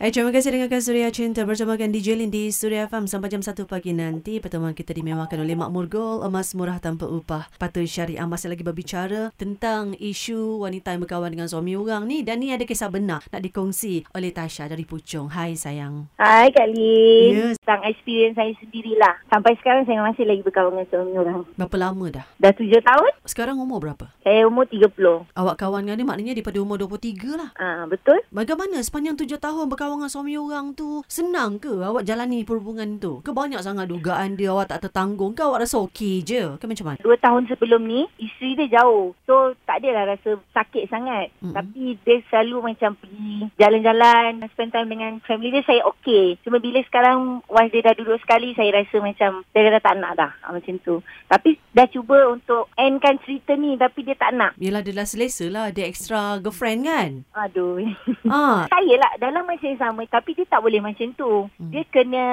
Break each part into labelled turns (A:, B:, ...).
A: Eh, terima kasih dengan Suria Cinta bersama dengan DJ Lin di Suria FM sampai jam 1 pagi nanti. Pertemuan kita dimewakan oleh Makmur Gold, emas murah tanpa upah. Patut Syariah masih lagi berbicara tentang isu wanita yang berkawan dengan suami orang ni. Dan ni ada kisah benar nak dikongsi oleh Tasha dari Puchong. Hai sayang.
B: Hai Kak Lin.
A: Ya.
B: Tentang experience saya sendirilah. Sampai sekarang saya masih lagi berkawan dengan suami orang.
A: Berapa lama dah?
B: Dah tujuh tahun,
A: Sekarang umur berapa?
B: saya umur 30.
A: Awak kawan dengan dia maknanya daripada umur 23 lah.
B: Ah betul?
A: Bagaimana sepanjang tujuh tahun berkawan dengan suami orang tu Senang ke awak jalani perhubungan tu? Ke banyak sangat dugaan dia awak tak tertanggung ke awak rasa okey je? Ke macam mana?
B: Dua tahun sebelum ni, isteri dia jauh. So, tak adalah rasa sakit sangat.
A: Mm-mm.
B: Mm-hmm. Tapi dia selalu macam pergi jalan-jalan, spend time dengan family dia, saya okey. Cuma bila sekarang, once dia dah duduk sekali, saya rasa macam, saya dah tak nak dah. Ah, macam tu. Tapi dah cuba untuk endkan cerita ni, tapi dia tak nak.
A: Yelah dia dah selesa lah dia extra girlfriend kan?
B: Aduh.
A: Ah,
B: Saya lah dalam masa yang sama Tapi dia tak boleh macam
A: Hmm.
B: tu hmm. Dia kena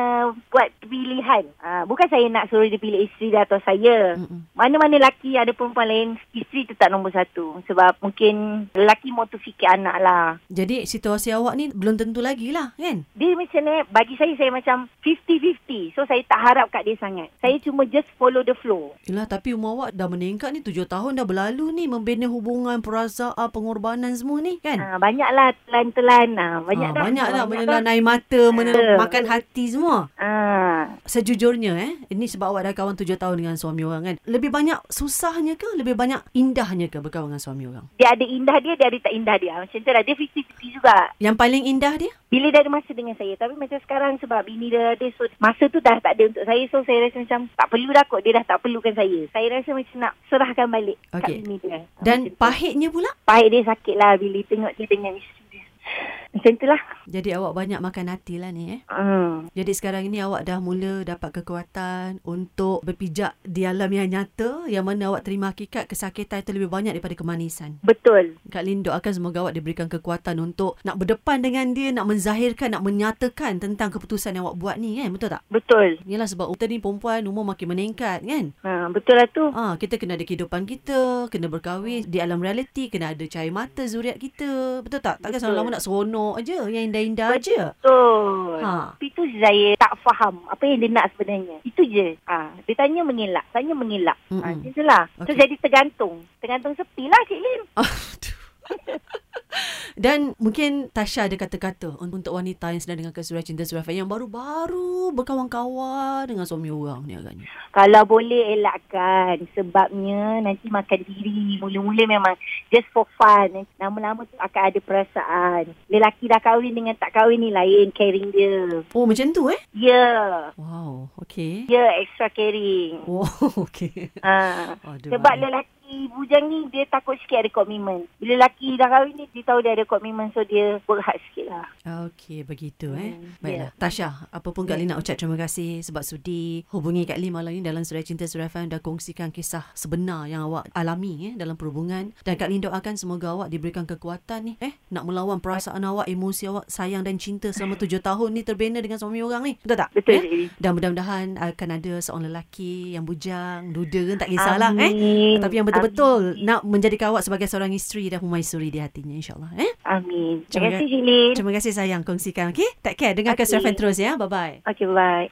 B: buat pilihan ha, Bukan saya nak suruh dia pilih isteri dia atau saya
A: Mm-mm.
B: Mana-mana lelaki ada perempuan lain Isteri tetap nombor satu Sebab mungkin lelaki mau tu fikir anak lah
A: jadi situasi awak ni belum tentu lagi lah kan?
B: dia macam ni, bagi saya, saya macam 50-50. So, saya tak harap kat dia sangat. Saya cuma just follow the flow.
A: Yelah tapi umur awak dah meningkat ni tujuh tahun dah berlalu ni Membina hubungan, perasaan, pengorbanan semua ni kan?
B: Ha, banyaklah telan-telan. Ha, banyak
A: Ah,
B: dah.
A: banyak dah menelan
B: dah.
A: air mata, menelan
B: Ah.
A: makan hati semua
B: Ah,
A: Sejujurnya eh Ini sebab awak dah kawan tujuh tahun dengan suami orang kan Lebih banyak susahnya ke Lebih banyak indahnya ke berkawan dengan suami orang
B: dia ada indah dia, dia ada tak indah dia. Macam tu lah. Dia 50-50 juga.
A: Yang paling indah dia
B: Bila dia ada masa dengan saya Tapi macam sekarang Sebab bini dia ada so, Masa tu dah tak ada untuk saya So saya rasa macam Tak perlu dah kot Dia dah tak perlukan saya Saya rasa macam nak Serahkan balik
A: Okey.
B: Kat bini dia
A: Dan
B: Macam tu.
A: pahitnya pula
B: Pahit dia sakit lah Bila tengok dia dengan isteri dia Macam tu lah
A: Jadi awak banyak makan hati lah ni eh
B: hmm.
A: Jadi sekarang ini awak dah mula dapat kekuatan Untuk berpijak di alam yang nyata Yang mana awak terima hakikat kesakitan itu lebih banyak daripada kemanisan
B: Betul
A: Kak Lin doakan semoga awak diberikan kekuatan untuk Nak berdepan dengan dia Nak menzahirkan, nak menyatakan tentang keputusan yang awak buat ni kan Betul tak?
B: Betul
A: Yelah sebab kita ni perempuan umur makin meningkat kan
B: ha, Betul lah tu
A: Ah, kita kena ada kehidupan kita, kena berkahwin di alam realiti, kena ada cahaya mata zuriat kita. Betul tak? Takkan
B: Betul.
A: selama-lama nak seronok aje, yang indah-indah aje.
B: Betul
A: Ha.
B: Tapi tu saya tak faham Apa yang dia nak sebenarnya Itu je ha. Dia tanya mengelak Tanya mengelak
A: Mm-mm.
B: ha, Macam tu lah So
A: Okey.
B: jadi tergantung Tergantung sepi lah Cik Lim
A: Aduh. Dan mungkin Tasha ada kata-kata un- untuk wanita yang sedang dengan kesuruhan cinta surafan yang baru-baru berkawan-kawan dengan suami orang ni agaknya.
B: Kalau boleh elakkan sebabnya nanti makan diri. Mula-mula memang just for fun. Lama-lama tu akan ada perasaan. Lelaki dah kahwin dengan tak kahwin ni lain caring dia.
A: Oh macam tu eh?
B: Ya, yeah.
A: Wow, okey.
B: ya yeah, extra caring.
A: Wow, okey.
B: Ha.
A: Aduh,
B: Sebab
A: baik.
B: lelaki bujang ni dia takut sikit ada komitmen. Bila lelaki dah kahwin ni dia tahu dia ada komitmen so dia work hard sikit lah.
A: Okey, begitu eh.
B: Hmm, Ya.
A: Baiklah. Tasha, apa pun Kak Lee nak ucap terima kasih sebab sudi hubungi Kak Lee malam ni dalam Surai Cinta Surai FM dah kongsikan kisah sebenar yang awak alami eh dalam perhubungan dan Kak Lee doakan semoga awak diberikan kekuatan ni eh nak melawan perasaan awak, emosi awak, sayang dan cinta selama tujuh tahun ni terbina dengan suami orang ni. Betul tak?
B: Betul
A: Eh?
B: Cik Lim.
A: Dan mudah-mudahan akan ada seorang lelaki yang bujang, duda tak kisahlah eh.
B: Amin.
A: Tapi yang betul-betul nak menjadikan awak sebagai seorang isteri dan permaisuri di hatinya insyaAllah eh.
B: Amin. Amin. Terima
A: Terima
B: kasih Cik Lin.
A: Terima kasih sayang kongsikan okey. Take care dengarkan okay.
B: Okey.
A: Serafen terus ya. Bye bye.
B: Okay, bye.